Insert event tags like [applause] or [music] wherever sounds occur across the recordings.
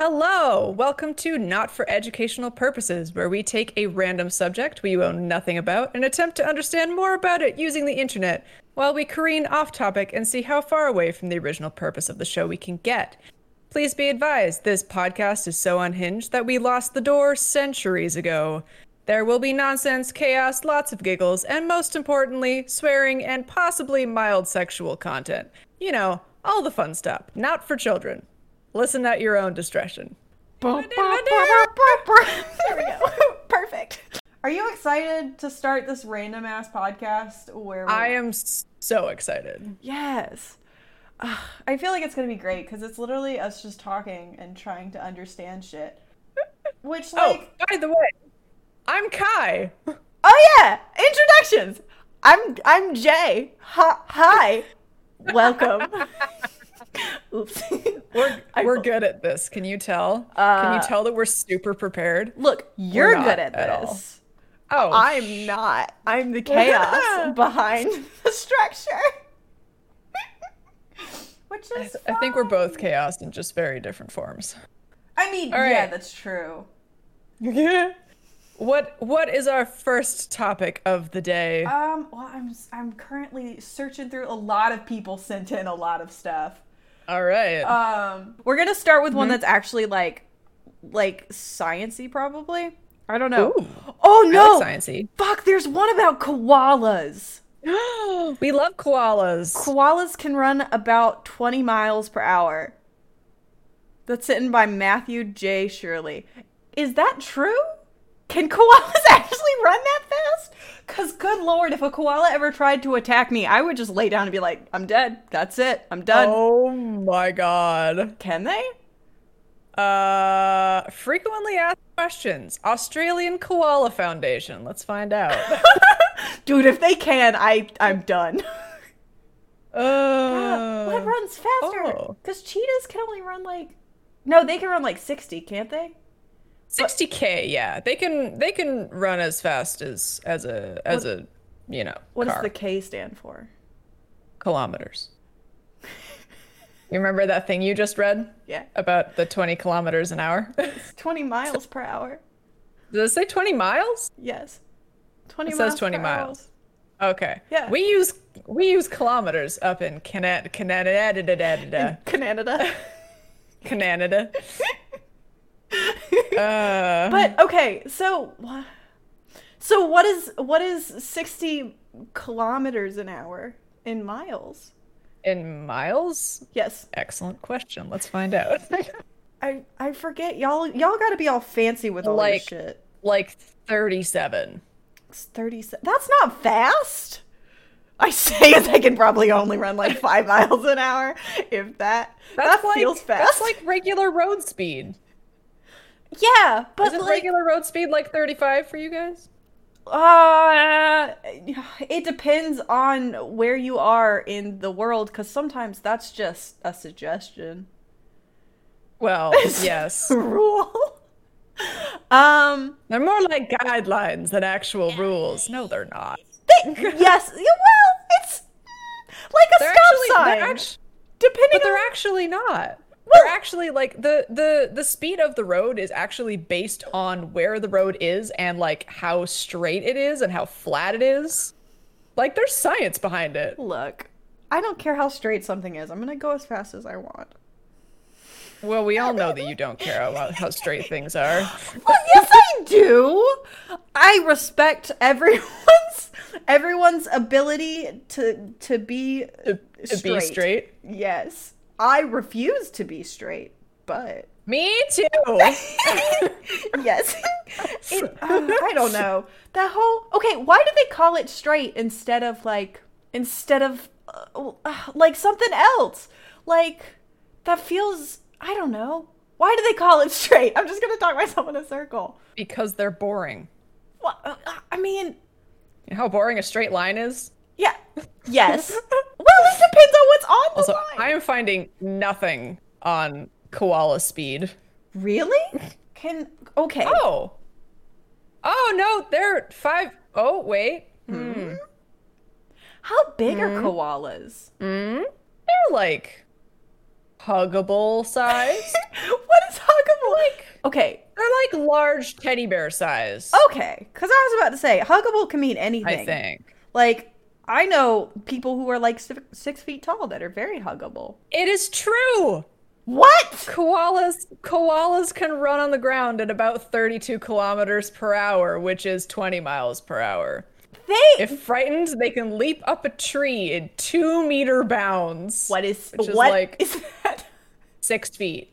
Hello, welcome to Not for Educational Purposes, where we take a random subject we know nothing about and attempt to understand more about it using the internet, while we careen off topic and see how far away from the original purpose of the show we can get. Please be advised, this podcast is so unhinged that we lost the door centuries ago. There will be nonsense, chaos, lots of giggles, and most importantly, swearing and possibly mild sexual content. You know, all the fun stuff, not for children. Listen at your own discretion. Bum, bum, bum, bum. there we go. [laughs] Perfect. Are you excited to start this random ass podcast where we- I am s- so excited. Yes. Ugh, I feel like it's going to be great cuz it's literally us just talking and trying to understand shit. Which Oh, like by the way, I'm [laughs] Kai. oh, yeah, introductions. I'm I'm Jay. Hi. hi. [laughs] Welcome. Oops. We're I- we're good at this. Can you tell? Can Uh, you tell that we're super prepared? Look, you're not good at at all. this. Oh, I'm not. I'm the [laughs] chaos behind the [laughs] structure. Which I, is I think we're fine. both chaos in just very different forms. I mean, All yeah, right. that's true. What what is our first topic of the day? Um, well, I'm s- I'm currently searching through a lot of people sent in a lot of stuff. All right. Um, we're gonna start with one that's actually like, like sciency probably. I don't know. Ooh, Oh I no! like sciencey. [gasps] Fuck, there's one about koalas. we love koalas. Koalas can run about 20 miles per hour. That's written by Matthew J. Shirley. Is that true? Can [laughs] koalas actually run that fast? Because, good lord, if a koala ever tried to attack me, I would just lay down and be like, I'm dead. That's it. I'm done. oh my god. Can they? Uh, frequently asked questions. Australian Koala Foundation. Let's find out. Dude, if they can, I, I'm done. [laughs] uh, what runs faster? oh. Because cheetahs can only run like. No, they can run like 60, can't they? 60k. Yeah, they can they can run as fast as as a as a you know What does car. the K stand for? kilometers. you remember that thing you just read Yeah. about the 20 kilometers an [laughs] hour? Does 20 miles per hour. it say 20 miles? Yes. 20 It miles. says 20 per miles. Okay. Yeah. We use we use kilometers up in Canada, Canada, hour. Canada. [laughs] [laughs] Canada. Uh, but okay, so wha- so what is what is 60 kilometers an hour in miles? in miles? Yes. Excellent question. Let's find out. [laughs] I I forget y'all y'all got to be all fancy with all Like- this shit. like 37. It's 37. That's not fast. I say [laughs] as I can probably only run like 5 miles an hour if that. that like, feels fast. That's like regular road speed. yeah, but Isn't like regular road speed like 35 for you guys? Uh, it depends on where you are in the world, because sometimes that's just a suggestion [laughs] Well, yes. [laughs] rule. Um, They're more like guidelines than actual rules. No, they're not. [laughs] they, yes, yeah, well, it's mm, like a They're stop actually, sign, they're act- depending but they're on. actually not. Well- They're actually like the the the speed of the road is actually based on where the road is and like how straight it is and how flat it is. Like there's science behind it. Look, I don't care how straight something is. I'm gonna go as fast as I want. [laughs] Well, we all know that you don't care about how straight things are. Well, yes, I do. I respect everyone's everyone's ability to to be To, to be straight. Yes. I refuse to be straight, [laughs] but Me too. [laughs] yes. It- uh, I don't know. That whole Okay, why do they call it straight instead of like instead of uh, uh, like something else? Like that feels I don't know. Why do they call it straight? I'm just going to talk myself in a circle. because they're boring. Well, uh, I mean, You know how boring a straight line is? yeah. [laughs] Yes. well, it depends on what's on the Also, line. I am finding nothing on koala speed. Really? Can okay. Oh. Oh no, they're five oh wait. Hmm. How big are koalas? They're like huggable size. [laughs] what is huggable large teddy bear size. Okay, because I was about to say huggable can mean anything. I think Like I know people who are like si- six feet tall that are very huggable. it is true. What? Koalas koalas can run on the ground at about 32 kilometers per hour, which is 20 miles per hour. They? If frightened, they can leap up a tree in two meter bounds. what is? Which is what like- is that? Six feet.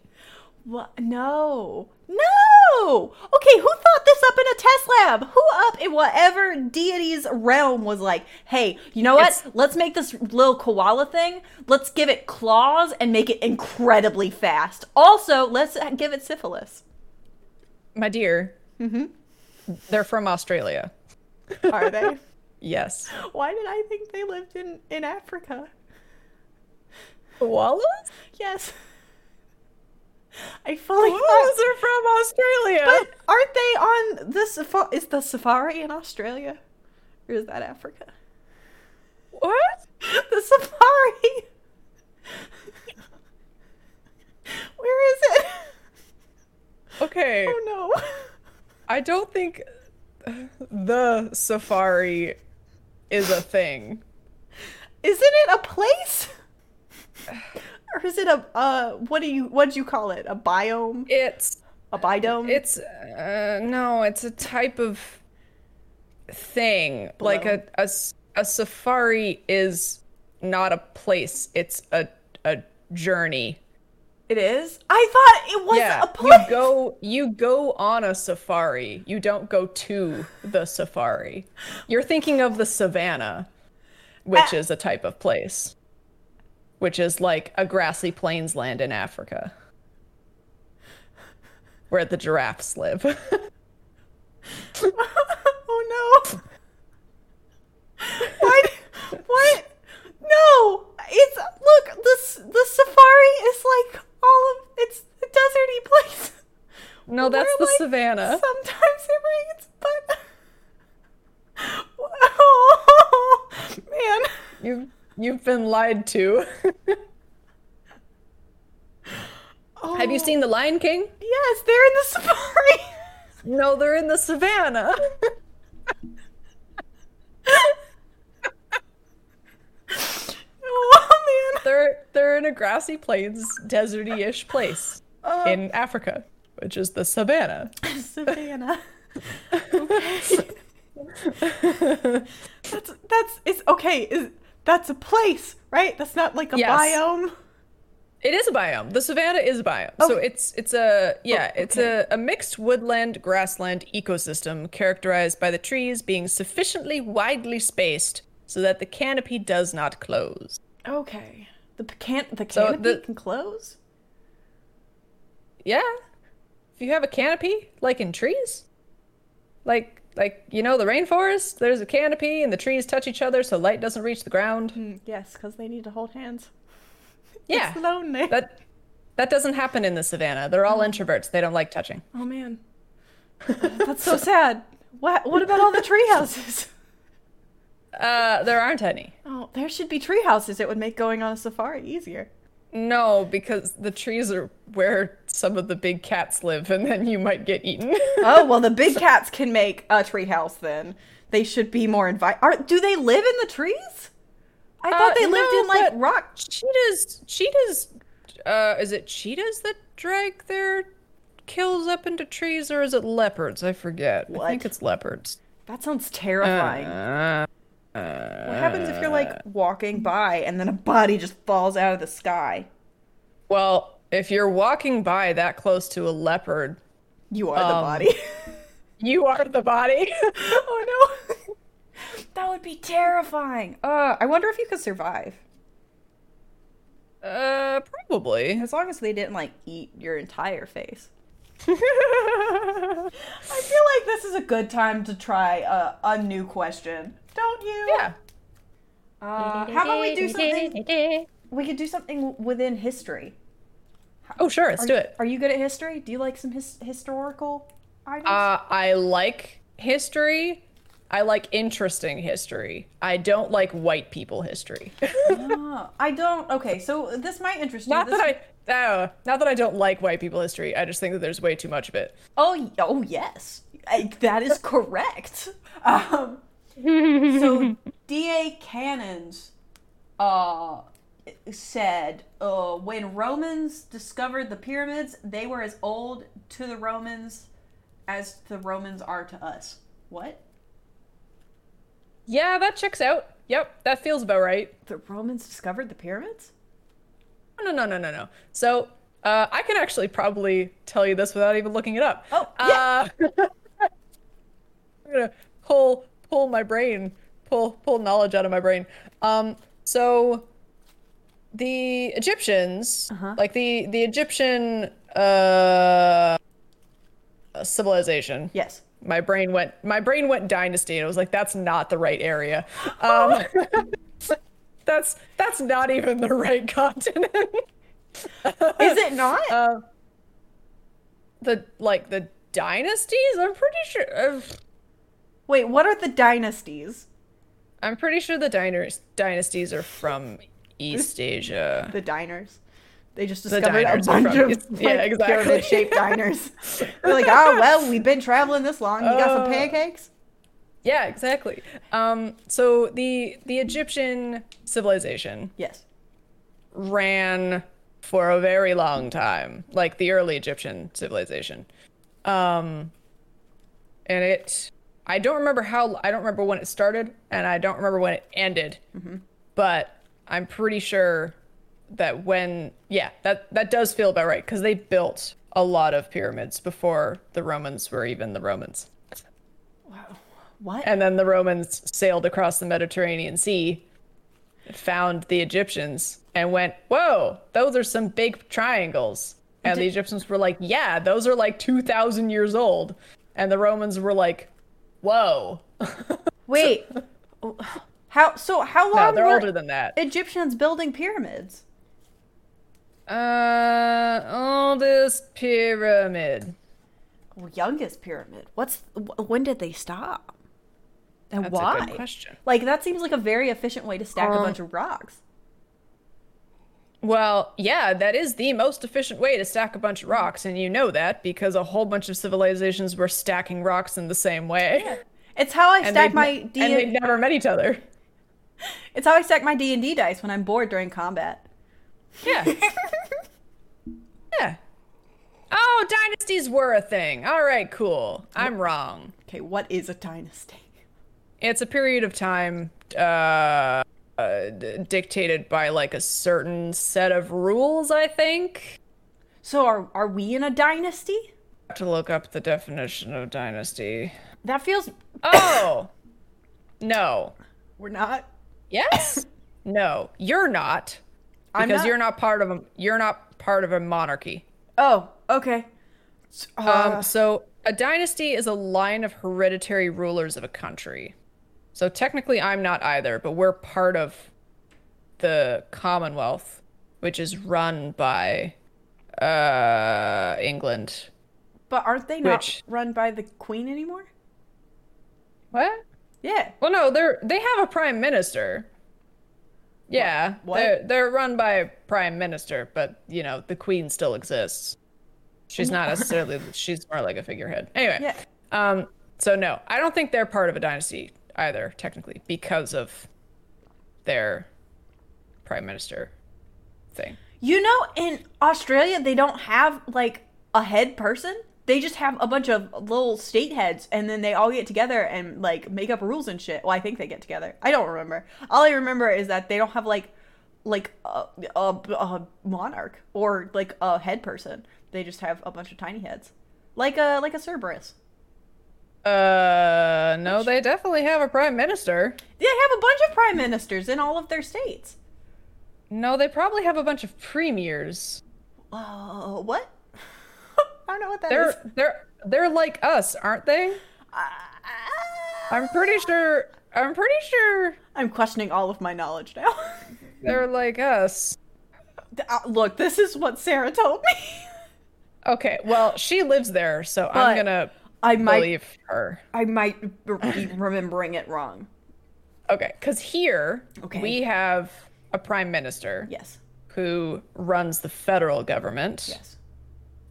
What? No. No. Okay, who thought this up in a test lab? Who up in whatever deity's realm was like, hey, you know what? It's- Let's make this little koala thing. Let's give it claws and make it incredibly fast. Also, let's give it syphilis. My dear. Mm-hmm. They're from Australia. Are they? Yes. [laughs] Why did I think they lived in in Africa? Koalas? Yes. I fully Koalas thought. are from Australia. But aren't they on this? safa- Is the safari in Australia, or is that Africa? what? [laughs] The safari. Where is it? Okay. Oh no. I don't think the safari is a thing. Isn't it a place? Or is it a uh? What do you what would you call it? A biome? It's A biome? it's uh, no, it's a type of thing. Like a, a s- a safari is not a place. It's a a journey. it is. I thought it was yeah, a place. you go you go on a safari. You don't go to the safari. You're thinking of the savannah, which Ah. is a type of place, which is like a grassy plains land in Africa, where the giraffes live. [laughs] [laughs] oh no. What? what? No. It's look, this the safari is like all of it's a deserty place. no, that's Where, the like, savannah. Sometimes it rains, but [laughs] Oh, man. You you've been lied to. [laughs] Have you Oh, seen The Lion King? Yes, they're in the safari. [laughs] No, they're in the savannah. oh man. they're they're in a grassy plains, deserty-ish place. Oh. in Africa, which is the savannah. Savannah. that's that's it's okay. Is that's a place, right? That's not like a Yes. biome. It is a biome. The savannah is a biome. So Okay. it's it's a yeah, it's a, a mixed woodland grassland ecosystem characterized by the trees being sufficiently widely spaced so that the canopy does not close. Okay. The p- can't the So canopy the- can close. Yeah. If you have a canopy, like in trees, like like you know the rainforest, there's a canopy and the trees touch each other so light doesn't reach the ground. Mm, Yes, because they need to hold hands. Hmm. Yeah. It's lonely. That that doesn't happen in the savannah. They're all introverts. They don't like touching. Oh man, [laughs] that's so sad. What what about [laughs] all the tree houses? Uh, there aren't any. Oh, there should be tree houses. It would make going on a safari easier. No, because the trees are where some of the big cats live, and then you might get eaten. Oh well, the big cats can make a tree house. Then they should be more invite. Are do they live in the trees? I thought Uh, they lived no, in like but- rock. cheetahs, cheetahs, uh, is it cheetahs that drag their kills up into trees, or is it leopards? I forget. I think What? it's leopards. That sounds terrifying. Uh, what happens if you're like walking by and then a body just falls out of the sky? well, if you're walking by that close to a leopard, You are the Um, body. [laughs] you are the body. oh no, [laughs] that would be terrifying. Uh, I wonder if you could survive [laughs] uh, [laughs] probably. as long as they didn't like eat your entire face. yeah. I feel like this is a good time to try a, a new question. Don't you? Uh, how about we do something? [laughs] We could do something within history. Oh, sure. Let's Are do you- it. Are you good at history? Do you like some his- historical items? Uh, I like history. I like interesting history. I don't [laughs] like white people history. Oh. Ah, I don't. Uh, Okay, so this might interest you. not This- that I Oh, not that I don't like white people history. I just think that there's way too much of it. Oh, y- oh yes, I, that is correct. [laughs] Um, [laughs] so D.A. Cannons uh, said uh, when Romans discovered the pyramids, they were as old to the Romans as the Romans are to us. What? Yeah, that checks out. Yep, that feels about right. The Romans discovered the pyramids? No, no, no, no, no. So uh, I can actually probably tell you this without even looking it up. Oh, yeah. Uh, [laughs] I'm gonna pull pull my brain, pull pull knowledge out of my brain. Um, so the Egyptians, Uh-huh. like the the Egyptian uh, civilization. Yes. My brain went my brain went dynasty, and I was like, that's not the right area. [laughs] Um, that's that's not even the right continent. [laughs] Is it not? Uh, the like the dynasties? I'm pretty sure. uh, Wait, what are the dynasties? I'm pretty sure the diners dynasties are from East Asia. [laughs] The diners. They just The discovered a diners are bunch from- of like, yeah, exactly. pyramid shaped diners. They're like, oh well, we've been traveling this long. You got Oh. some pancakes? Yeah, exactly. Um, so the the Egyptian civilization Yes. ran for a very long time, like the early Egyptian civilization. Um, and it, I don't remember how, I don't remember when it started, and I don't remember when it ended. But I'm pretty sure that when, yeah, that that does feel about right because they built a lot of pyramids before the Romans were even the Romans, What? and then the Romans sailed across the Mediterranean Sea. Found the Egyptians and went, Whoa, those are some big triangles. And the Egyptians were like, Yeah, those are like 2,000 years old. And the Romans were like, Whoa, [laughs] Wait. how? So how no, long they're were older than that. Egyptians building pyramids? Uh, oldest pyramid. Youngest pyramid. What's? wh- When did they stop? And That's why? a good question. Like that seems like a very efficient way to stack a Um, bunch of rocks. Well, yeah, that is the most efficient way to stack a bunch of rocks, and you know that because a whole bunch of civilizations were stacking rocks in the same way. It's how I And stack they'd- my and D. they never met each other. It's how I stack my D and D dice when I'm bored during combat. [laughs] Yeah. yeah. Oh, dynasties were a thing. All right, cool. I'm wrong. Okay, what is a dynasty? It's a period of time uh, uh, d- dictated by like a certain set of rules, I think. So are are we in a dynasty? have to look up the definition of dynasty. That feels Oh! no. we're not. Yes? No. You're not. I'm Because not- you're not part of a you're not part of a monarchy. Oh, okay. S- Um, uh, so a dynasty is a line of hereditary rulers of a country. So technically, I'm not either, but we're part of the Commonwealth, which is run by uh, England. but aren't they not which- run by the queen anymore? What? Yeah. Well, no, they're they have a prime minister. Yeah, What? they're they're run by a prime minister, but you know the queen still exists. She's [laughs] not necessarily. She's more like a figurehead. Anyway. Yeah. Um. So no, I don't think they're part of a dynasty either, technically, because of their prime minister thing. You know, in Australia, they don't have like a head person. They just have a bunch of little state heads, and then they all get together and like make up rules and shit. Well, I think they get together. I don't remember. All I remember is that they don't have like like a, a, a monarch or like a head person. They just have a bunch of tiny heads, like a like a Cerberus. Uh. No, they definitely have a prime minister. They have a bunch of prime ministers in all of their states. No, they probably have a bunch of premiers. Uh, what? [laughs] I don't know what that is. They're they're they're like us, aren't they? Ah. I'm pretty sure. I'm pretty sure I'm questioning all of my knowledge now. [laughs] they're like us. Th- uh, Look, this is what Sarah told me. Okay. Well, she lives there, so But I'm gonna I might, believe her. I might be remembering it wrong. Okay, because here Okay. we have a prime minister Yes. who runs the federal government. Yes.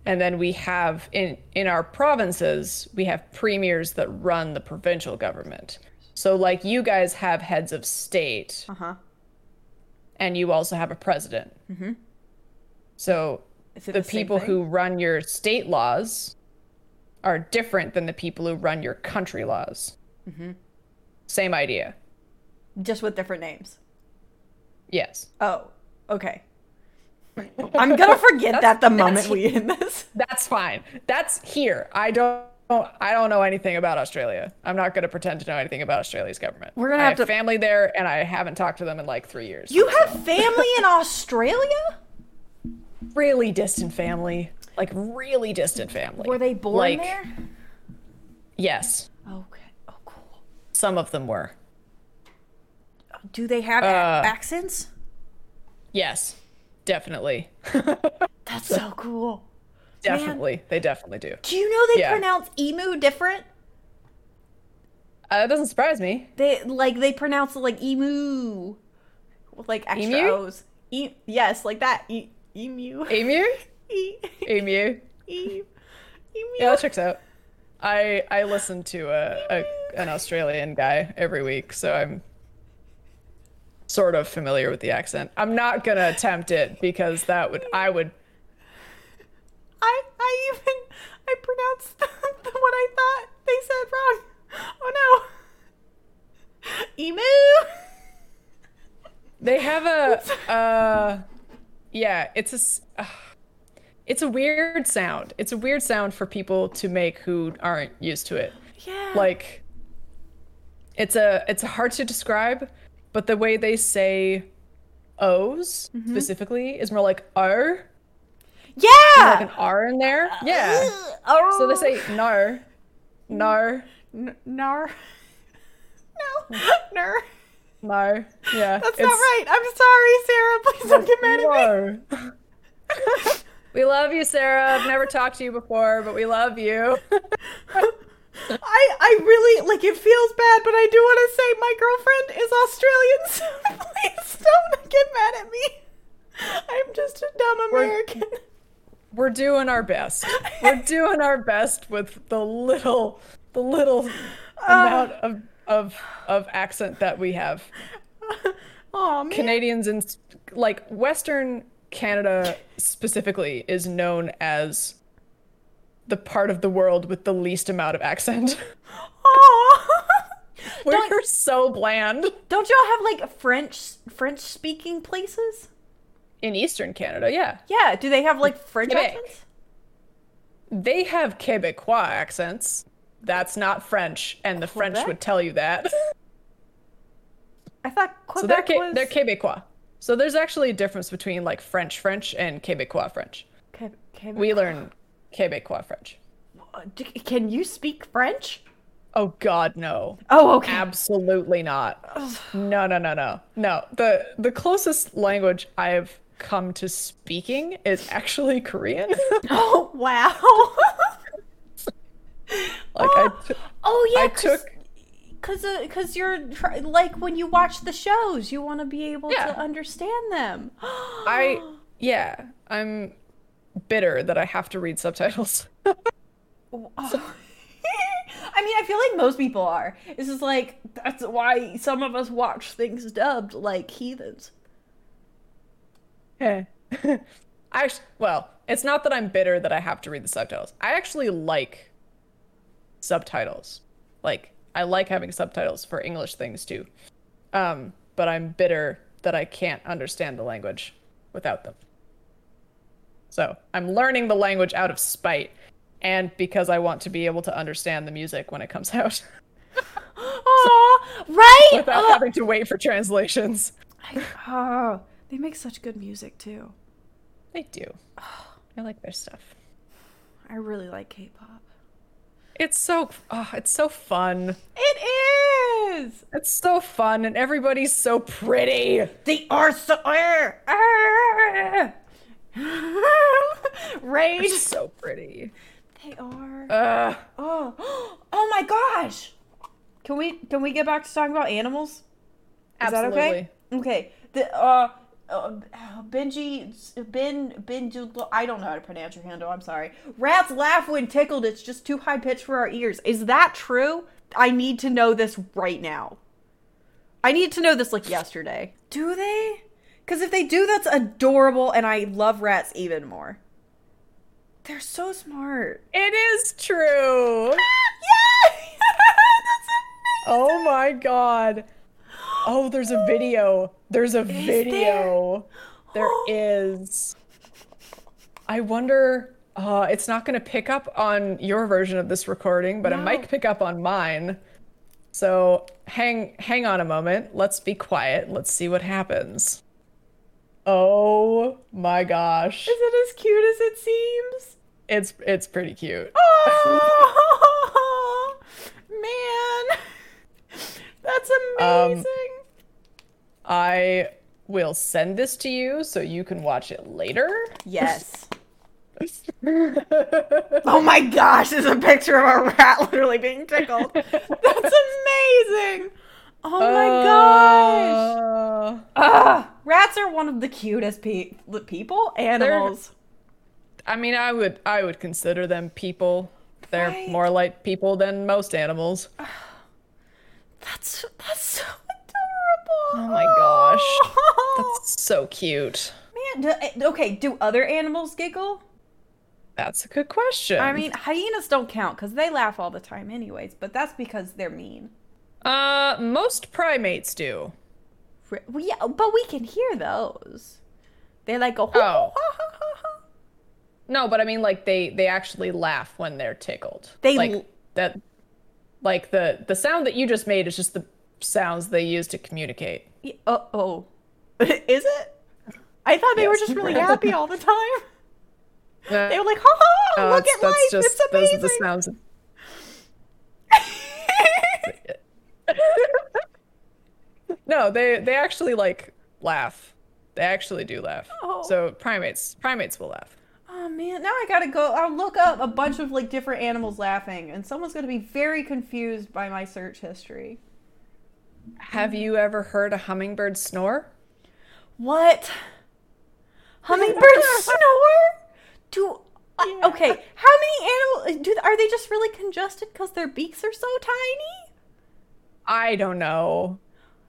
And then we have in in our provinces, we have premiers that run the provincial government. So like you guys have heads of state Uh huh. and you also have a president. Mm-hmm. So Is it the the same people thing? who run your state laws are different than the people who run your country laws. Mm-hmm. Same idea. Just with different names. Yes. Oh, okay. I'm gonna forget that the moment we end this. That's fine. That's here. I don't. I don't know anything about Australia. I'm not going to pretend to know anything about Australia's government. We're gonna I have have to- family there, and I haven't talked to them in like three years. You have family in Australia? really distant family, like really distant family. Were they born Like, there? Yes, Okay. Oh, cool. some of them were. Do they have a- Uh, accents? Yes, definitely, [laughs] That's so cool. definitely, they definitely do. Do you know they Yeah. pronounce emu different? Uh, it doesn't surprise me. They like they pronounce it like emu, with like extra Emu? o's. E- yes, like that. E- emu. Emu, [laughs] E- emu. e- emu. Yeah, that checks out. I I listen to a, a an Australian guy every week, so I'm sort of familiar with the accent. I'm not gonna attempt it because that would I would I I even I pronounced [laughs] the, the, what I thought they said wrong. Oh no. Emu. they have [laughs] a uh yeah it's a s- ugh. it's a weird sound. It's a weird sound for people to make who aren't used to it. Yeah. like it's a it's hard to describe but the way they say o's Mm-hmm. specifically is more like r like an yeah. r in there yeah Oh. so they say nar nar N- nar. [laughs] No. Nar. nar yeah That's not right. I'm sorry, Sarah. Please don't get mad at me. nar. [laughs] we love you sarah i've never talked to you before but we love you I I really like it feels bad, but I do want to say my girlfriend is Australian, [laughs] so please don't get mad at me. I'm just a dumb We're- American. we're doing our best we're doing our best with the little the little Uh, amount of of of accent that we have Oh man. Canadians in like Western Canada specifically is known as the part of the world with the least amount of accent. [laughs] Aw. We're Don't- so bland. Don't y'all have like French French speaking places? In Eastern Canada, yeah. Yeah. Do they have like French Quebec. accents? They have Quebecois accents. That's not French, and the French Quebec? would tell you [laughs] that. I thought So they're Quebec Ca- was they're Quebecois. So there's actually a difference between like French French and Quebecois French. Que- Quebec. We learn Quebecois French. Uh, d- Can you speak French? Oh God, no. Oh, okay. Absolutely not. No, no, no, no. No. The the closest language I've come to speaking is actually [laughs] Korean. Oh [laughs] wow. like I t- oh yeah. I 'cause- took Cause, uh, cause you're tr- like when you watch the shows, you want to be able Yeah. to understand them. [gasps] I yeah, I'm bitter that I have to read subtitles. [gasps] I mean, I feel like most people are. This is like that's why some of us watch things dubbed, like heathens. [laughs] I actually, well, it's not that I'm bitter that I have to read the subtitles. I actually like subtitles. Like I like having subtitles for English things too. Um, but I'm bitter that I can't understand the language without them. So, I'm learning the language out of spite and because I want to be able to understand the music when it comes [laughs] out Aw, right? without Oh, having to wait for translations. oh, they make such good music too. They [sighs] do. I like their stuff. I really like K-pop. It's so oh, it's so fun. It is. It's so fun and everybody's so pretty. They are so. Arr, arr. [laughs] They're Rage. so pretty. They are. Uh, Oh, [gasps] oh my gosh! Can we can we get back to talking about animals? Is absolutely. that okay? Okay. The uh uh, Benji, Ben, Benju, I don't know how to pronounce your handle. I'm sorry. Rats laugh when tickled. It's just too high pitched for our ears. Is that true? I need to know this right now. I need to know this like yesterday. Do they? Because if they do, that's adorable, and I love rats even more. They're so [laughs] smart. It is true. Yay! [laughs] that's Oh my god. Oh, there's a video. There's a there? video. there is. I wonder. Uh, it's not going to pick up on your version of this recording, but it No. might pick up on mine. So hang hang on a moment. Let's be quiet. Let's see what happens. Oh my gosh. Oh, Is it as cute as it seems? It's it's pretty cute. Oh [laughs] man, that's Um, amazing. I will send this to you so you can watch it later. yes. [laughs] [laughs] Oh my gosh, there's a picture of a rat literally [laughs] being tickled. That's amazing. Oh my gosh. Uh, Ugh. Rats are one of the cutest pe- li- people, animals. I mean, I would I would consider them people. They're Right. more like people than most animals. That's that's so Oh adorable. [gasps] my gosh. Oh. That's so cute. [laughs] man, do, eh, okay, do other animals giggle? That's a good question. I mean, hyenas don't count because they laugh all the time, anyways. But that's because they're mean. uh, most primates do. Ri- Well, yeah, but we can hear those. They like go. Oh. No, but I mean, like they they actually laugh when they're tickled. They like l- that, like the the sound that you just made is just the sounds they use to communicate. [laughs] Yeah, oh, oh. [laughs] is it? I thought they were Yes. just [laughs] really happy all the time. They Uh, were like, ha ha, ha, no, look it's- at life, it's those are amazing. the [laughs] sounds. No, they they actually like laugh. They actually do laugh. Oh. So primates primates will laugh. oh man, now I gotta go. I'll look up a bunch of like different animals laughing, and someone's gonna be very confused by my search history. Have you ever heard a hummingbird snore? What? [laughs] Hummingbirds snore? Do I- okay? How many animals do? Are they just really congested because their beaks are so tiny? I don't know,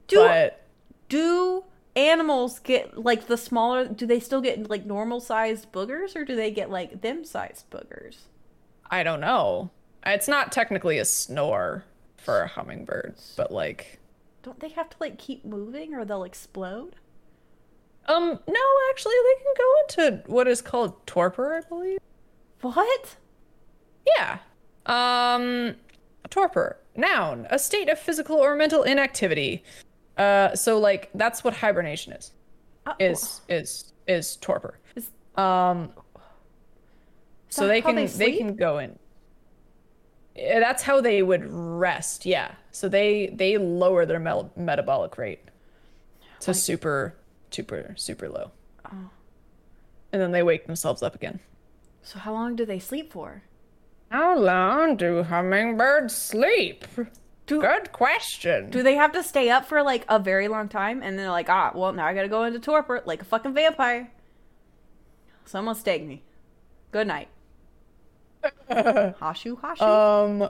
Do but do animals get like the smaller? Do they still get like normal sized boogers, or do they get like them sized boogers? I don't know. It's not technically a snore for a hummingbird, but like Don't they have to like keep moving, or they'll explode? um no, actually they can go into what is called torpor, I believe. What? Yeah. Um, torpor. Noun. A state of physical or mental inactivity. Uh, so like that's what hibernation is. Uh, Is is is torpor. Is- Um, so that they how can they they, can go in. Yeah, That's how they would rest. Yeah. So they they lower their mel- metabolic rate to Oh super super super low. And then they wake themselves up again. so how long do they sleep for? How long do hummingbirds sleep? Do- Good question. Do they have to stay up for like a very long time and then they're like, ah, well, now I gotta go into torpor like a fucking vampire? Someone stake me. Good [laughs] night. Hashu, hashu. um,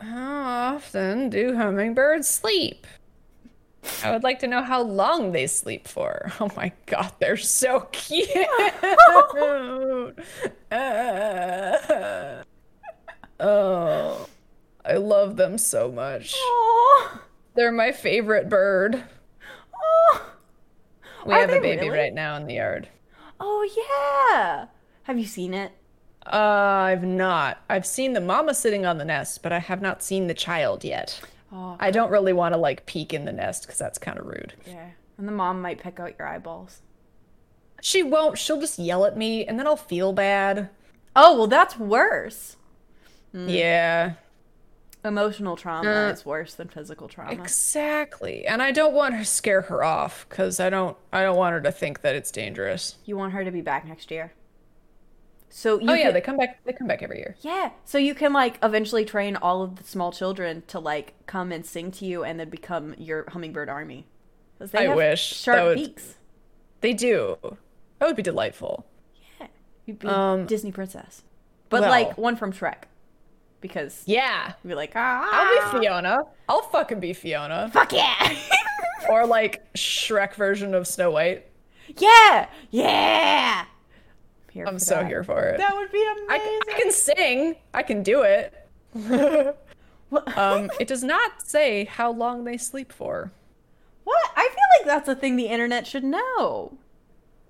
how often do hummingbirds sleep? I would like to know how long they sleep for. [laughs] Oh my god, they're so cute. [laughs] Uh, oh, I love them so much. Aw. They're my favorite bird. Aw. We oh. Are have a they baby really? right now in the yard. Oh, yeah. Have you seen it? Uh, I've not. I've seen the mama sitting on the nest, but I have not seen the child yet. Oh, I don't really want to like peek in the nest because that's kind of rude. yeah. And the mom might pick out your eyeballs. She won't. She'll just yell at me and then I'll feel bad. Oh, well, that's worse. Hmm. Yeah, Emotional trauma Uh, is worse than physical trauma. exactly. And I don't want her to scare her off because I don't. I don't want her to think that it's dangerous. you want her to be back next year. So you oh yeah, could- they come back. They come back every year. Yeah, so you can like eventually train all of the small children to like come and sing to you and then become your hummingbird army. 'Cause they I have wish. sharp That would- beaks. They do. That would be delightful. You'd be Um, Disney princess, but well. like one from Shrek, because Yeah. you'd be like, ah, I'll be Fiona. I'll fucking be Fiona. fuck yeah, [laughs] Or like Shrek version of Snow White. yeah, yeah. Here I'm for so that. here for it. That would be I, c- I amazing. can sing. I can do [laughs] it. What- Um, it does not say how long they sleep for. what? I feel like that's a thing the internet should know.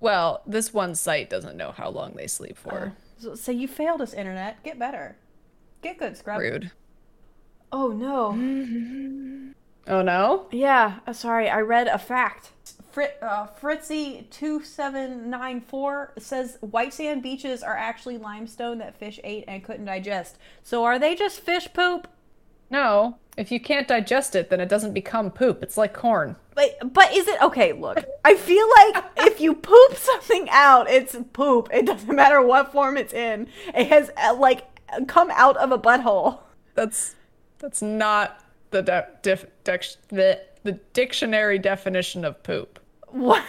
Well, this one site doesn't know how long they sleep for. So, so you failed us, internet. Get better. Get good, scrub. Rude. Oh no. Oh no. Yeah. uh, Sorry, I read a fact. Frit, uh, Fritzy two seven nine four says white sand beaches are actually limestone that fish ate and couldn't digest. So are they just fish poop? No. If you can't digest it, then it doesn't become poop. It's like corn. But but is it okay? Look, I feel like if you poop something out, it's poop. It doesn't matter what form it's in. It has uh, like come out of a butthole. That's that's not the de- dif- dex- the the dictionary definition of poop. What,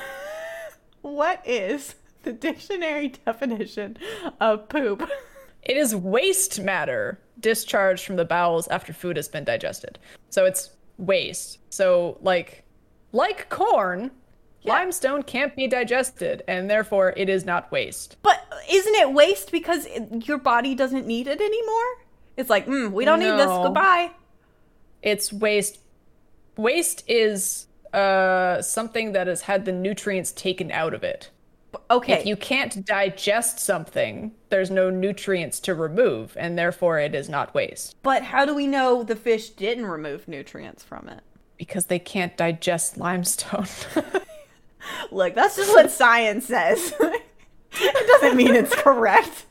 [laughs] what is the dictionary definition of poop? [laughs] It is waste matter discharged from the bowels after food has been digested. So it's waste. So like like corn, limestone can't be digested and therefore it is not waste. But isn't it waste because it, your body doesn't need it anymore? It's like, mm, we don't need this. No. Goodbye. It's waste waste is uh something that has had the nutrients taken out of it. Okay. If you can't digest something, there's no nutrients to remove and therefore it is not waste but how do we know the fish didn't remove nutrients from it? because they can't digest limestone. [laughs] Look, that's just what science says. [laughs] it doesn't mean it's correct.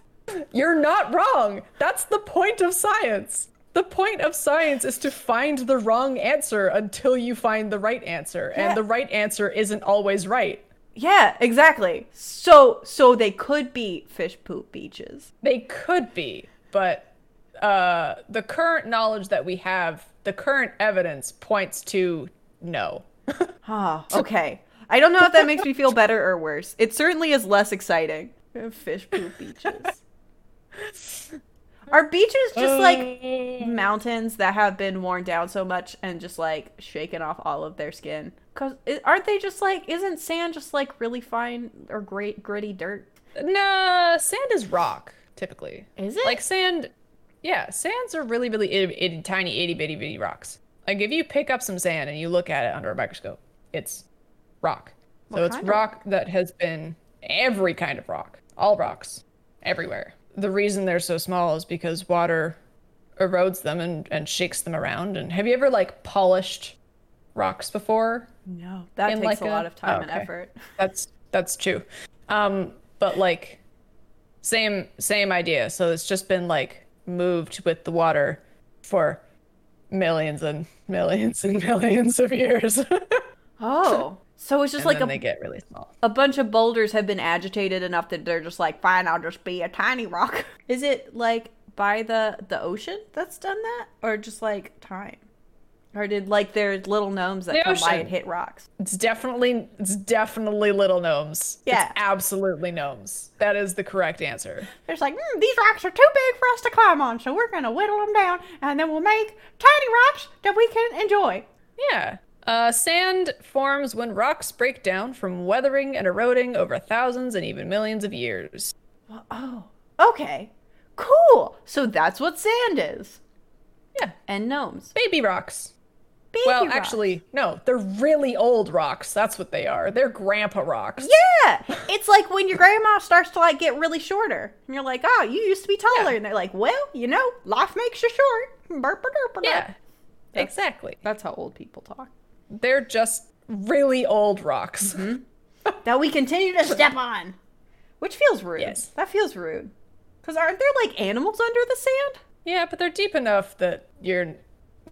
You're not wrong. That's the point of science. The point of science is to find the wrong answer until you find the right answer, Yeah. and the right answer isn't always right. Yeah, exactly. So so they could be fish poop beaches. They could be, but uh, the current knowledge that we have, the current evidence points to no. Ah, okay. I don't know if that makes me feel better or worse. It certainly is less exciting. Fish poop [laughs] beaches. Are beaches just like Oh, mountains that have been worn down so much and just like shaken off all of their skin? Cause i- aren't they just like isn't sand just like really fine or great gritty dirt? Nah, sand is rock typically. Is it? Like sand, yeah, sands are really, really itty, itty, tiny, itty bitty bitty rocks. Like if you pick up some sand and you look at it under a microscope, it's rock. so it's kind of rock that has been every kind of rock, all rocks, everywhere. The reason they're so small is because water erodes them and, and shakes them around. And have you ever like polished rocks before? No, that In, takes like, a lot a- of time oh, and okay. effort. that's that's true um but like same same idea so it's just been like moved with the water for millions and millions and [laughs] millions of years and [laughs] Oh, so it's just [laughs] like then a they get really small a bunch of boulders have been agitated enough that they're just like, fine, I'll just be a tiny rock. [laughs] Is it like by the the ocean that's done that, or just like time, or did like there's little gnomes that The come by ocean. and hit rocks? it's definitely it's definitely little gnomes Yeah. it's absolutely gnomes that is the correct answer They're just like, mm, these rocks are too big for us to climb on, so we're gonna whittle them down, and then we'll make tiny rocks that we can enjoy. Yeah. Uh, sand forms when rocks break down from weathering and eroding over thousands and even millions of years. Oh, okay, cool. So that's what sand is, Yeah. and gnomes. Baby rocks. Baby Well, rocks. actually, no, they're really old rocks. That's what they are. They're grandpa rocks. Yeah, it's like when your grandma starts to like get really shorter, and you're like, "Oh, you used to be taller," Yeah. and they're like, "Well, you know, life makes you short." Burp, burp, burp, burp. Yeah, exactly. that's how old people talk. They're just really old rocks. Mm-hmm. That we continue to step on, which feels rude. Yes. that feels rude. Cause aren't there like animals under the sand? Yeah, but they're deep enough that you're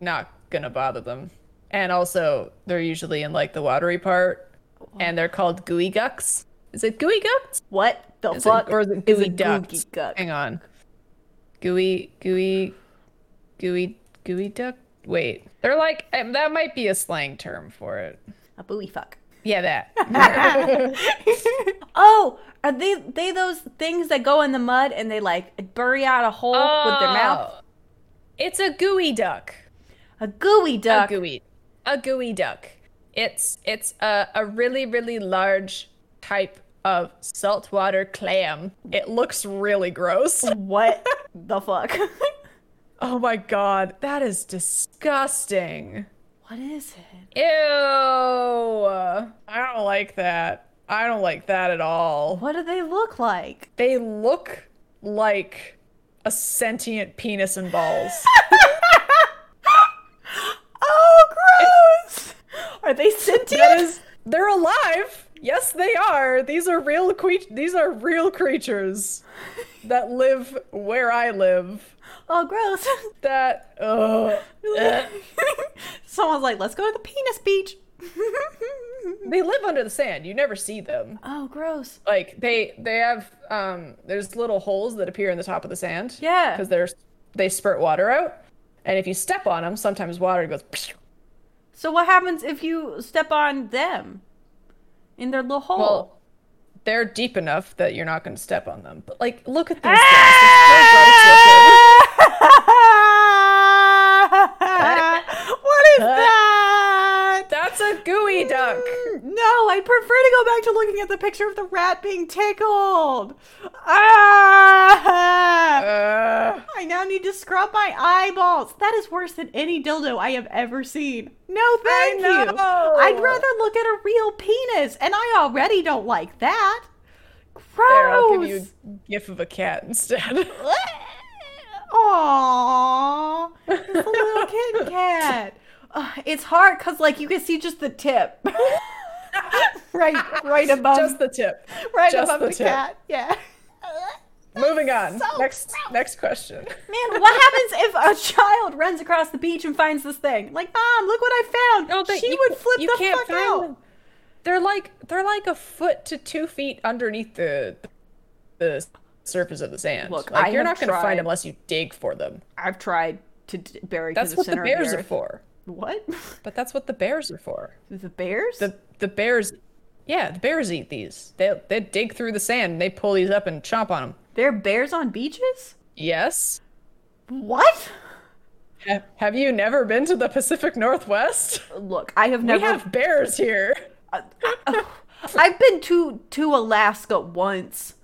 not gonna bother them. And also, they're usually in like the watery part, and they're called gooey gucks. Is it gooey gucks? What the Is fuck? it, or is it is gooey a ducks? googie guck? Hang on. Gooey, gooey, gooey, eh, gooey duck. Wait, they're like um, that might be a slang term for it. [laughs] A buoy fuck. Yeah, that. [laughs] oh, are they they those things that go in the mud and they like bury out a hole with their mouth? Oh. It's a gooey duck. A gooey duck. Oh. A gooey. A gooey duck. It's it's a, a really really large type of saltwater clam. It looks really gross. What the [laughs] fuck? [laughs] Oh my god, that is disgusting. what is it? Ew. I don't like that. I don't like that at all. What do they look like? They look like a sentient penis and balls. Oh, [laughs] gross! Are they sentient? that is they're alive. Yes, they are. These are real que- these are real creatures that live where I live. oh, gross! That ugh. Ugh. [laughs] Someone's like, let's go to the penis beach. [laughs] they live under the sand. You never see them. oh, gross. like they they have um there's little holes that appear in the top of the sand Yeah. because they're they spurt water out and if you step on them sometimes water goes psh. So what happens if you step on them in their little hole? well they're deep enough that you're not going to step on them but like look at these things Ah! They're so gross looking. [laughs] what is That- that? that's a gooey duck Mm, No, I prefer to go back to looking at the picture of the rat being tickled. Ah! uh, I now need to scrub my eyeballs. That is worse than any dildo I have ever seen. No, thank you. know. I'd rather look at a real penis, and I already don't like that. Gross. there i'll give you a gif of a cat instead Aww, it's a [laughs] little kitten cat. Ugh, it's hard because, like, you can see just the tip, [laughs] right, right [laughs] above, just the tip right just above the the, tip. cat. Yeah. moving on So next gross. next question Man, what happens if a child runs across the beach and finds this thing? Like, mom, look what I found. she you- would flip you the can't fuck find out. them. They're like they're like a foot to two feet underneath the the surface of the sand. Look, like I you're have not gonna find tried. them unless you dig for them. I've tried to d- bury That's to the what the center bears of are for. the earth. What? [laughs] But that's what the bears are for. the bears? The the bears, yeah, the bears eat these. They they dig through the sand. And they pull these up and chomp on them. There are bears on beaches? Yes. What? Ha- Have you never been to the Pacific Northwest? Look, I have We never. have bears here. uh, uh, [laughs] I've been to to Alaska once,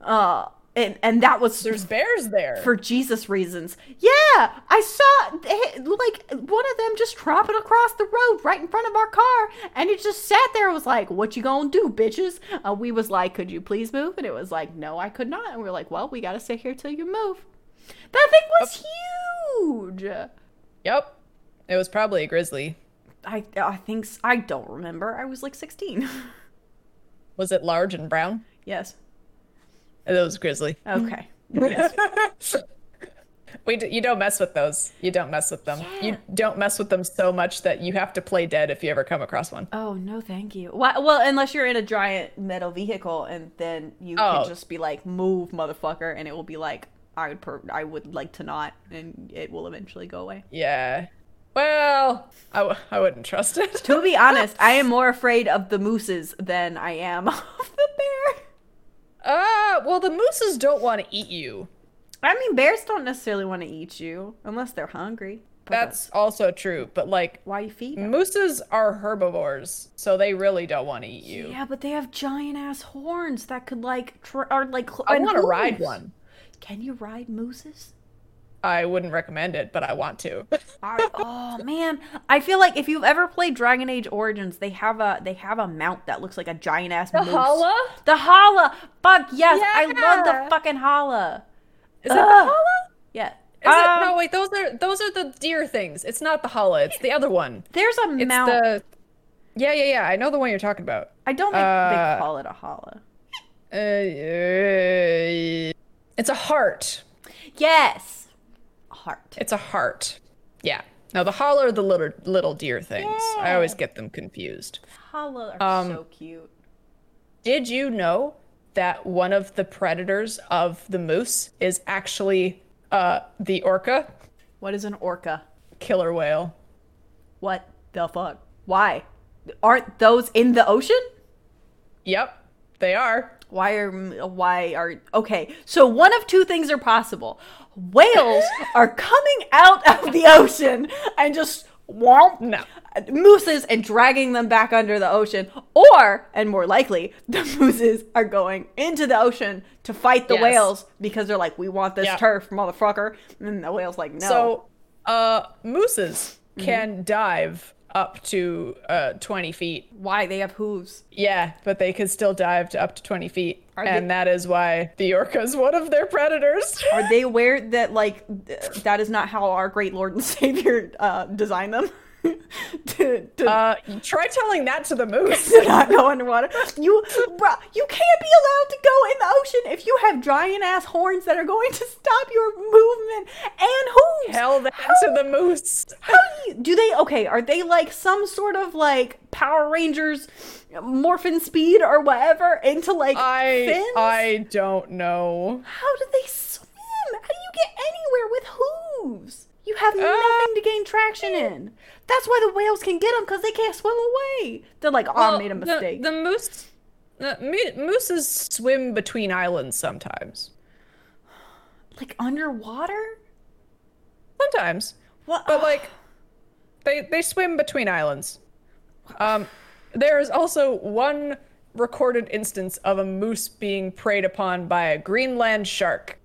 uh, and and that was There's bears there. for Jesus reasons. Yeah, I saw they- like one of them just tromping across the road right in front of our car, and it just sat there. and was like, "What you gonna do, bitches?" Uh, we was like, "Could you please move?" And it was like, "No, I could not." And we were like, "Well, we gotta sit here till you move." That thing was huge. yep. It was probably a grizzly. I I think s- I don't remember. I was like sixteen. [laughs] Was it large and brown? yes. It was grizzly. [laughs] Okay. we d- you don't mess with those. You don't mess with them. You don't mess with them so much that you have to play dead if you ever come across one. Oh no, thank you. Well, well, unless you're in a giant metal vehicle, and then you Oh. can just be like, "Move, motherfucker," and it will be like, "I would, per- I would like to not," and it will eventually go away. Yeah. Well, I, w- I wouldn't trust it. [laughs] to be honest, I am more afraid of the mooses than I am [laughs] of the bear. Uh, well, the mooses don't want to eat you. I mean, bears don't necessarily want to eat you unless they're hungry. But That's also true. But like, why you feed 'em. mooses are herbivores, so they really don't want to eat you. Yeah, but they have giant ass horns that could like, tr- or like, cl- I and want to ride hooves. one. Can you ride mooses? I wouldn't recommend it, but I want to. [laughs] I- oh man, I feel like if you've ever played Dragon Age Origins, they have a they have a mount that looks like a giant ass moose. The hala. Fuck yes, I love the Yeah. fucking hala. Is it the Ugh. holla? Yeah. Is it? Um, No, wait. Those are those are the deer things. It's not the holla. It's the other one. There's a It's mount. the. Yeah, yeah, yeah. I know the one you're talking about. I don't think uh, they call it a hala. Uh, uh, it's a heart. Yes. Heart. It's a heart. Yeah. Now the holler are the little little deer things. I always get them confused. Hala are Um, so cute. Did you know that one of the predators of the moose is actually uh, the orca, What is an orca? killer whale? What the fuck? Why? aren't those in the ocean? Yep, they are. Why are why are okay? So one of two things are possible. [laughs] Whales are coming out of the ocean and just womp No. mooses and dragging them back under the ocean, or and more likely, [laughs] the mooses are going into the ocean to fight the Yes. whales because they're like, we want this Yeah. turf, motherfucker, and the whales like, no. So, Oh. uh, mooses Mm-hmm. can dive up to uh 20 feet. why they have hooves? Yeah, but they can still dive to up to 20 feet, Are they- and that is why the orca is one of their [laughs] predators. Are they aware that like th- that is not how our great Lord and [laughs] Savior uh, designed them? [laughs] to to Uh, try telling that to the [laughs] moose. to not go underwater. You, bruh, you can't be allowed to go in the ocean if you have giant ass horns that are going to stop your movement and hooves. Tell that to the moose. How do you do they? Okay, are they like some sort of like Power Rangers, morphin speed or whatever into like I fins? I don't know. How do they swim? How do you get anywhere with hooves? You have Uh, eh. nothing to gain traction in. That's why the whales can get them because they can't swim away. They're like, oh, I made a mistake. The, moose, the, mooses swim between islands sometimes. like underwater. Sometimes, What? but like they they swim between islands. Um, there is also one recorded instance of a moose being preyed upon by a Greenland shark.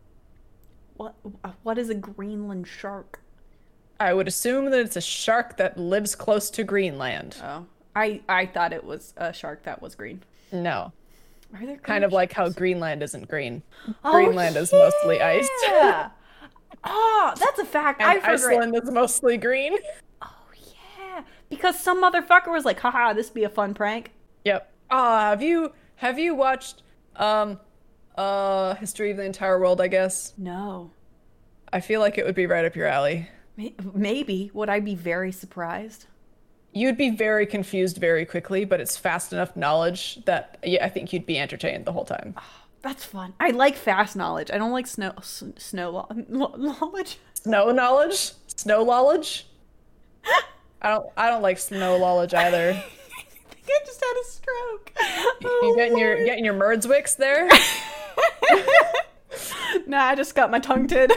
[sighs] what? uh, What is a Greenland shark? I would assume that it's a shark that lives close to Greenland. Oh, I I thought it was a shark that was green. No, Are there kind of like how Greenland isn't green. Oh, Greenland is mostly iced. Yeah. oh, that's a fact. I And forgot. Iceland is mostly green. [laughs] Yeah, because some motherfucker was like, haha, this be a fun prank. Yep. Ah, have you have you watched um uh History of the Entire World, I guess? No. I feel like it would be right up your alley. May- Maybe. Would I be very surprised? You'd be very confused very quickly, but it's fast enough knowledge that yeah, I think you'd be entertained the whole time. That's fun. I like fast knowledge. I don't like snow s- snow lo- [laughs] lo- knowledge. Snow knowledge? Snow knowledge? I don't I don't like snow knowledge either. [laughs] I think I just had a stroke. Oh, You getting your Lord. getting your Merdswicks there? [laughs] nah, I just got my tongue [laughs] tid.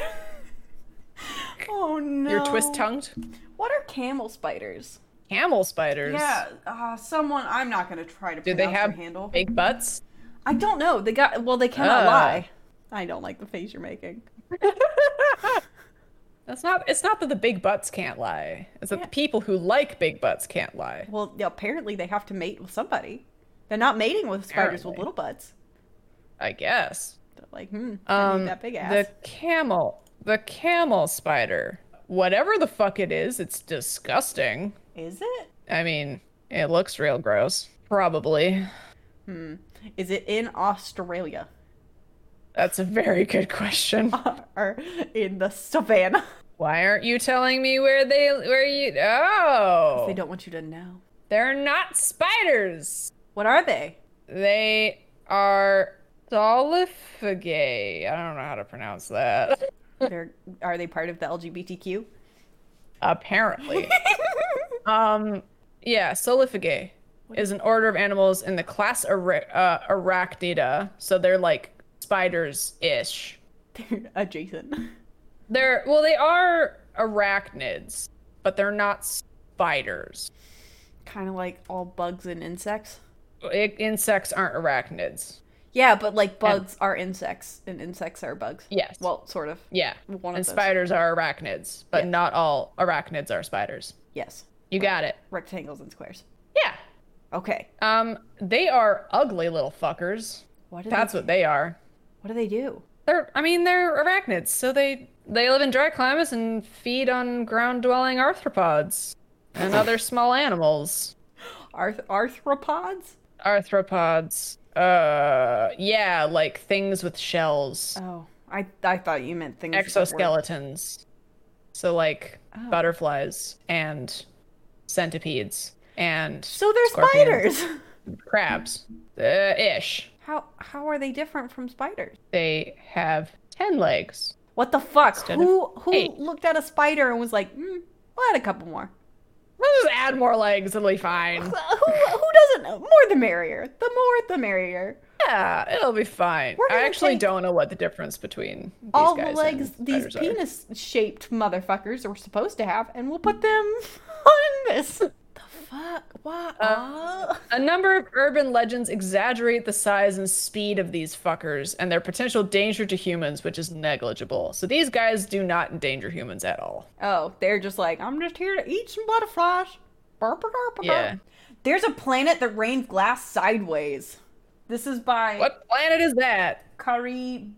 oh no. Your twist tongued? What are camel spiders? Camel spiders. Yeah, uh, someone I'm not gonna try to Do they have handle. big butts? I don't know. They got well. They cannot Uh. lie. I don't like the face you're making. That's not. It's not that the big butts can't lie. It's that Yeah. the people who like big butts can't lie. Well, yeah, apparently they have to mate with somebody. They're not mating with spiders with Apparently. little butts. I guess. They're like, hmm, I Um, need that big ass. the camel, the camel spider, whatever the fuck it is, it's disgusting. Is it? I mean, it looks real gross. Probably. Is it in Australia [laughs] That's a very good question. or in the savannah? Why aren't you telling me where they where you? Oh, They don't want you to know. they're not spiders. What are they? They are solifagae. I don't know how to pronounce that. [laughs] They're are they part of the [laughs] LGBTQ? [laughs] Apparently. um, yeah, solifagae is an order of animals in the class Ara- uh, Arachnida. So they're like spiders ish. They're adjacent. They're, well, they are arachnids, but they're not spiders. Kind of like all bugs and insects. I- insects aren't arachnids. Yeah, but like bugs are insects and insects are bugs. Yes. Well, sort of. Yeah. One and of those. spiders are arachnids, but Yeah. not all arachnids are spiders. Yes. You got it. Rectangles and squares. Yeah. Okay. Um, they are ugly little fuckers. What do That's they, what they are. what do they do? They're, I mean, they're arachnids, so they they live in dry climates and feed on ground-dwelling arthropods [laughs] and other small animals. Arth- arthropods? Arthropods. Uh, yeah, like things with shells, Oh, I I thought you meant things. that were- exoskeletons. So like Oh. butterflies and centipedes and So they're scorpions, spiders. crabs, uh, ish. How how are they different from spiders? They have ten legs. What the fuck? Instead of who who eight. looked at a spider and was like, mm, "We'll "Hmm, add a couple more." Well, Let's just add more legs. It'll be fine. Well, Who, who doesn't know? More the merrier. The more the merrier. Yeah, it'll be fine. We're I gonna actually take don't know what the difference between these All the guys legs and these spiders are. penis shaped motherfuckers are supposed to have, and we'll put them [laughs] on this. The fuck? Why? Oh. A number of urban legends exaggerate the size and speed of these fuckers and their potential danger to humans, which is negligible. So these guys do not endanger humans at all. Oh, they're just like, I'm just here to eat some butterflies. Burp, burp, burp, burp. Yeah. There's a planet that rains glass sideways. This is by What planet is that? Kari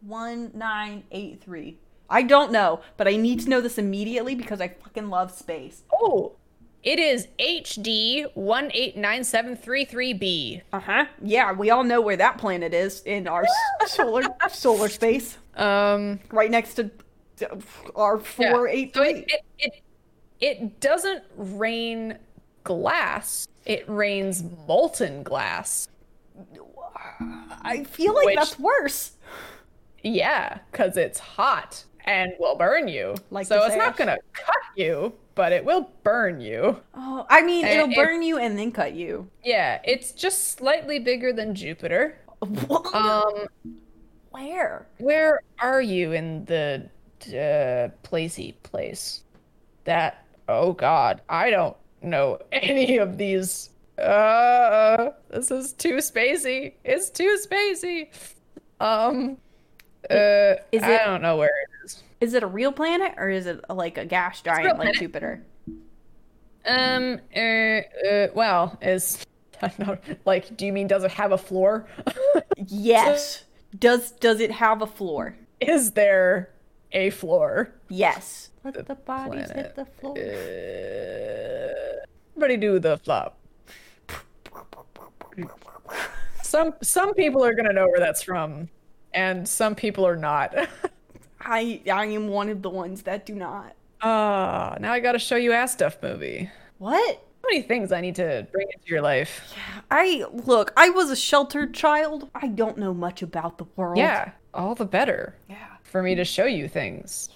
one nine eight three. I don't know, but I need to know this immediately because I fucking love space. Oh, it is HD 189733b. Uh huh. Yeah, we all know where that planet is in our [laughs] s- solar solar space, Um, right next to our yeah. four eight So three. it, it, it, it doesn't rain glass, it rains molten glass. I feel like Which- that's worse. Yeah, because it's hot and will burn you. Like so this it's ash. not gonna cut you, but it will burn you. Oh, I mean, Uh, it'll it- burn you and then cut you. [laughs] Yeah, it's just slightly bigger than Jupiter. Um, Where? where are you in the uh, placey place? That oh god, I don't know any of these. Uh, this is too spacey. It's too spacey. Um, uh, Is I it- don't know where it is. Is it a real planet or is it like a gas real giant like planet. Jupiter? Um. Uh, uh. Well, is [laughs] I don't know, like, do you mean does it have a floor? [laughs] Yes. Does does it have a floor? is there a floor? Yes. Let the, bodies hit planet the floor. Everybody do the flop. Some some people are gonna know where that's from, and some people are not. [laughs] I I am one of the ones that do not. Ah, now I gotta show you ass stuff movie. What? How many things I need to bring into your life? I look, I was a sheltered child. I don't know much about the world. Yeah, all the better. Yeah. for me to show you things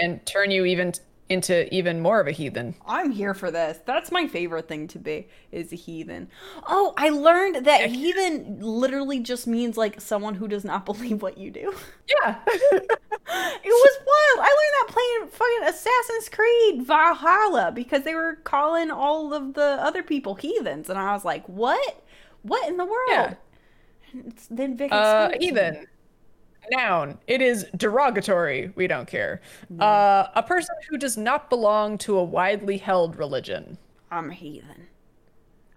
and turn you even into even more of a heathen. I'm here for this. That's my favorite thing to be is a heathen. Oh, I learned that heathen literally just means like someone who does not [laughs] believe what you do. Yeah. It was wild. I learned that playing fucking Assassin's Creed Valhalla because they were calling all of the other people heathens, and I was like, "What? What in the world?" Yeah. And it's- then Vic uh, explained it to me. heathen. Noun. It is derogatory. We don't care. Uh, a person who does not belong to a widely held religion, I'm a heathen.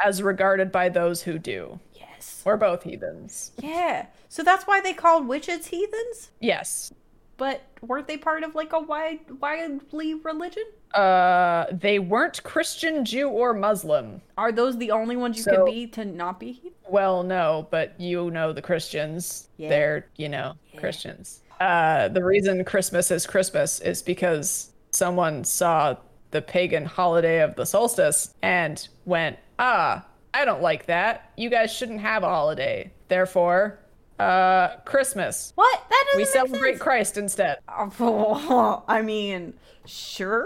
as regarded by those who do. Yes. We're both heathens. Yeah. So that's why they called witches heathens. Yes. But weren't they part of like a wide, widely religion? Uh, they weren't Christian, Jew, or Muslim. Are those the only ones you So- could be to not be heathen? Well, no, but you know the Christians. Yeah. They're, you know, Christians. Uh, the reason Christmas is Christmas is because someone saw the pagan holiday of the solstice and went, ah, I don't like that. You guys shouldn't have a holiday. Therefore, uh, Christmas. What? That doesn't We make celebrate sense. [laughs] Christ instead. I mean, sure,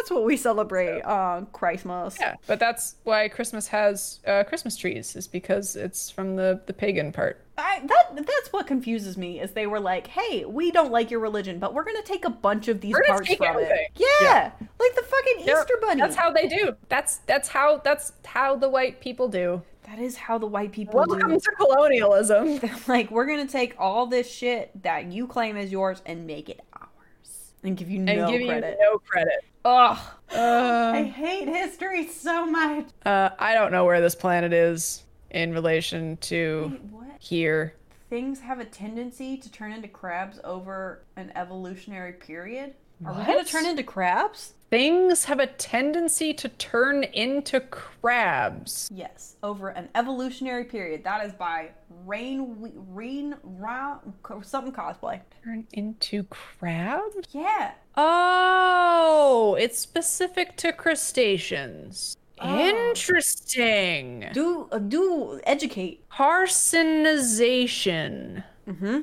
that's what we celebrate on Christmas. Yeah, but that's why Christmas has uh, Christmas trees, is because it's from the, the pagan part. I, that that's what confuses me is they were like, "Hey, we don't like your religion, but we're gonna take a bunch of these We're gonna parts take from everything." it." Yeah, like the fucking They're- Easter Bunny. That's how they do. That's that's how that's how the white people do. That is how the white people Welcome do. to colonialism. [laughs] like, we're gonna take all this shit that you claim is yours and make it ours, and give you [laughs] And no give credit. you no credit. Ugh, I Uh, hate history so much. uh, I don't know where this planet is in relation to Wait, what? here. things have a tendency to turn into crabs over an evolutionary period? Are we gonna What? turn into crabs? Things have a tendency to turn into crabs. Yes, over an evolutionary period. That is by Rain We- Rain Ra, co- something cosplay. Turn into crabs? Yeah. Oh, it's specific to crustaceans. Oh. Interesting. Do uh, do educate. Carcinization Mhm. Mm-hmm.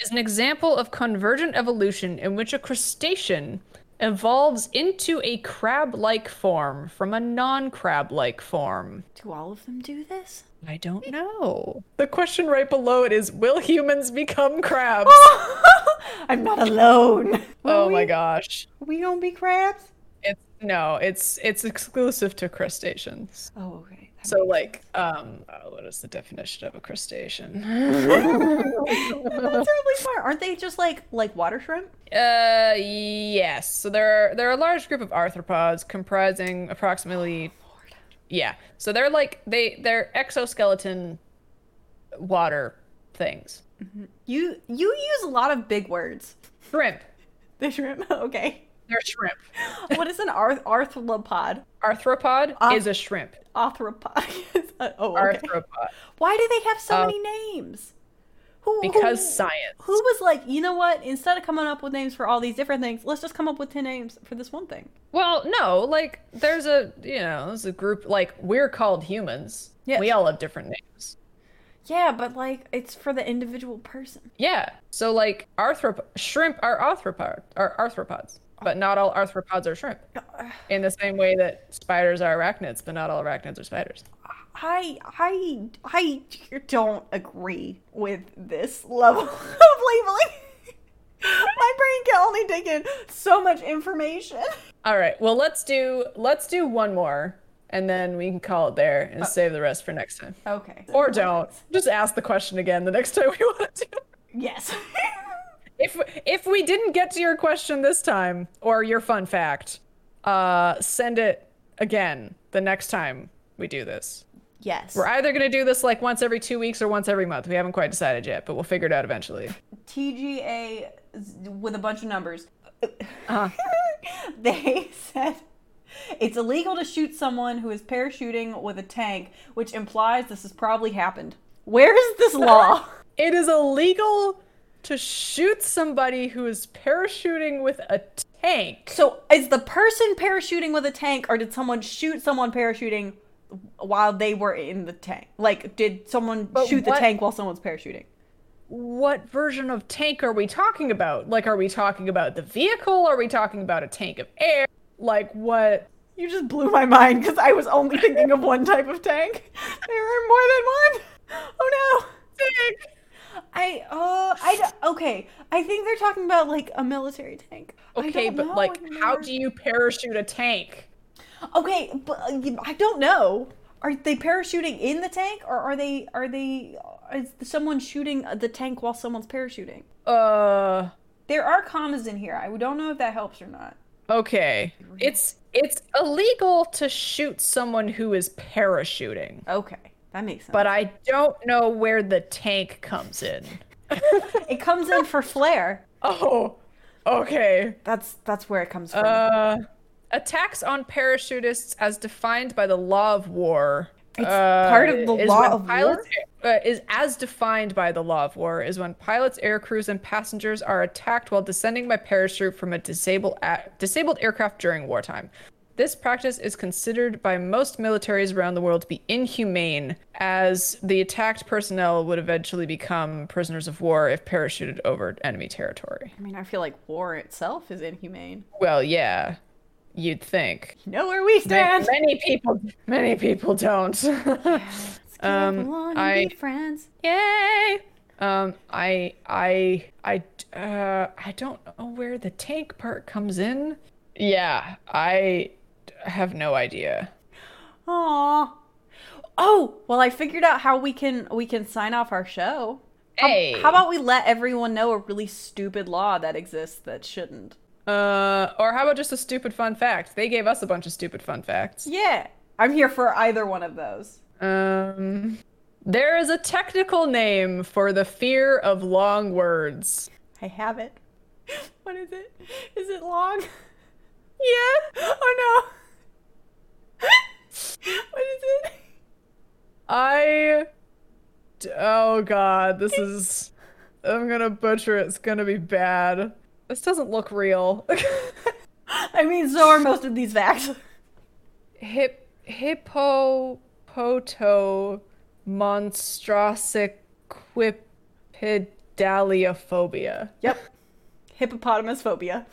is an example of convergent evolution in which a crustacean evolves into a crab like form from a non crab like form? Do all of them do this? [laughs] I don't know. The question right below it is Will humans become crabs? I'm not alone. oh we, my gosh. We gonna be crabs? It's no, it's it's exclusive to crustaceans. Oh, okay. That So makes- like, um oh, what is the definition of a crustacean? [laughs] that's really smart. Aren't they just like like water shrimp? Uh, yes. So there are there are a large group of arthropods comprising approximately, yeah. So they're like they they're exoskeleton water things. You you use a lot of big words. [laughs] Shrimp. The shrimp. [laughs] Okay. They're shrimp. What is an arth- arthropod? Arthropod is a shrimp. Arthropod. [laughs] oh, Ah. okay. [laughs] Arthropod Why do they have so Uh, many names? Who, who- because science. who was like, you know what? Instead of coming up with names for all these different things, let's just come up with ten names for this one thing. Well, no, like there's a you know there's a group like we're called humans. Yes. We all have different names. Yeah, but like it's for the individual person. Yeah. So like arthrop shrimp are arthropod are arthropods, but not all arthropods are shrimp. In the same way that spiders are arachnids, but not all arachnids are spiders. I I I don't agree with this level [laughs] of labeling. My brain can only take in so much information. All right. Well, let's do let's do one more, and then we can call it there and save the rest for next time. Okay. Or don't. Just ask the question again the next [laughs] time we want to. Yes. [laughs] If if we didn't get to your question this time or your fun fact, uh, send it again the next time we do this. yes. We're either going to do this like once every two weeks or once every month. We haven't quite decided yet, but we'll figure it out eventually. TGA z- with a bunch of numbers. Uh-huh. [laughs] they said it's illegal to shoot someone who is parachuting with a tank, which implies this has probably happened. Where is this [laughs] law? It is illegal to shoot somebody who is parachuting with a tank. so, is the person parachuting with a tank, or did someone shoot someone parachuting while they were in the tank? Like, did someone shoot what- the tank while someone's parachuting? What version of tank are we talking about? Like, are we talking about the vehicle? Are we talking about a tank of air? Like, what? You just blew my mind because I was only thinking of one type of tank. [laughs] There are more than one. Oh no. Tank! I uh I d- okay. I think they're talking about like a military tank. I Okay, don't but know like, how anymore. do you parachute a tank? Okay, but uh, you- I don't know. Are they parachuting in the tank, or are they are they is someone shooting the tank while someone's parachuting? Uh, There are commas in here. I don't know if that helps or not. okay. It's it's illegal to shoot someone who is parachuting, Okay, that makes sense. but I don't know where the tank comes in. it comes in for flare. Oh, okay. That's that's where it comes from. Uh, attacks on parachutists, as defined by the law of war, uh, It's part of the is law when of pilots, war. Uh, is as defined by the law of war is when pilots, air crews, and passengers are attacked while descending by parachute from a disabled a- disabled aircraft during wartime. This practice is considered by most militaries around the world to be inhumane, as the attacked personnel would eventually become prisoners of war if parachuted over enemy territory. I mean, I feel like war itself is inhumane. Well, yeah, you'd think. You know where we Ma- stand. many people many people don't [laughs] um, I- friends. yay um i i i uh i don't know where the tank part comes in yeah i have no idea Aw. Oh, well I figured out how we can we can sign off our show. How- Hey. How, about we let everyone know a really stupid law that exists that shouldn't? uh or how about just a stupid fun fact they gave us a bunch of stupid fun facts Yeah. I'm here for either one of those. um there is a technical name for the fear of long words I have it. [laughs] What is it? Is it long? [laughs] yeah Oh no. [laughs] what is it? I. d- Oh god, this is. I'm gonna butcher it. It's gonna be bad. This doesn't look real. [laughs] I mean, so are most of these facts. Hip hippopoto monstrosiquipedaliophobia. [laughs] Yep. Hippopotamus phobia.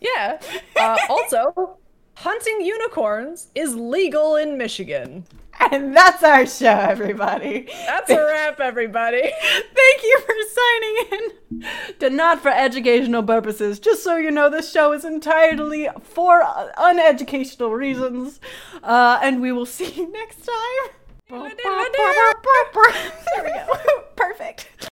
Yeah. Uh, also, hunting unicorns is legal in Michigan. And that's our show, everybody. That's a wrap, everybody. Thank you for signing in to Not for Educational Purposes. Just so you know, this show is entirely for uneducational reasons. Uh, and we will see you next time. there we go. [laughs] Perfect.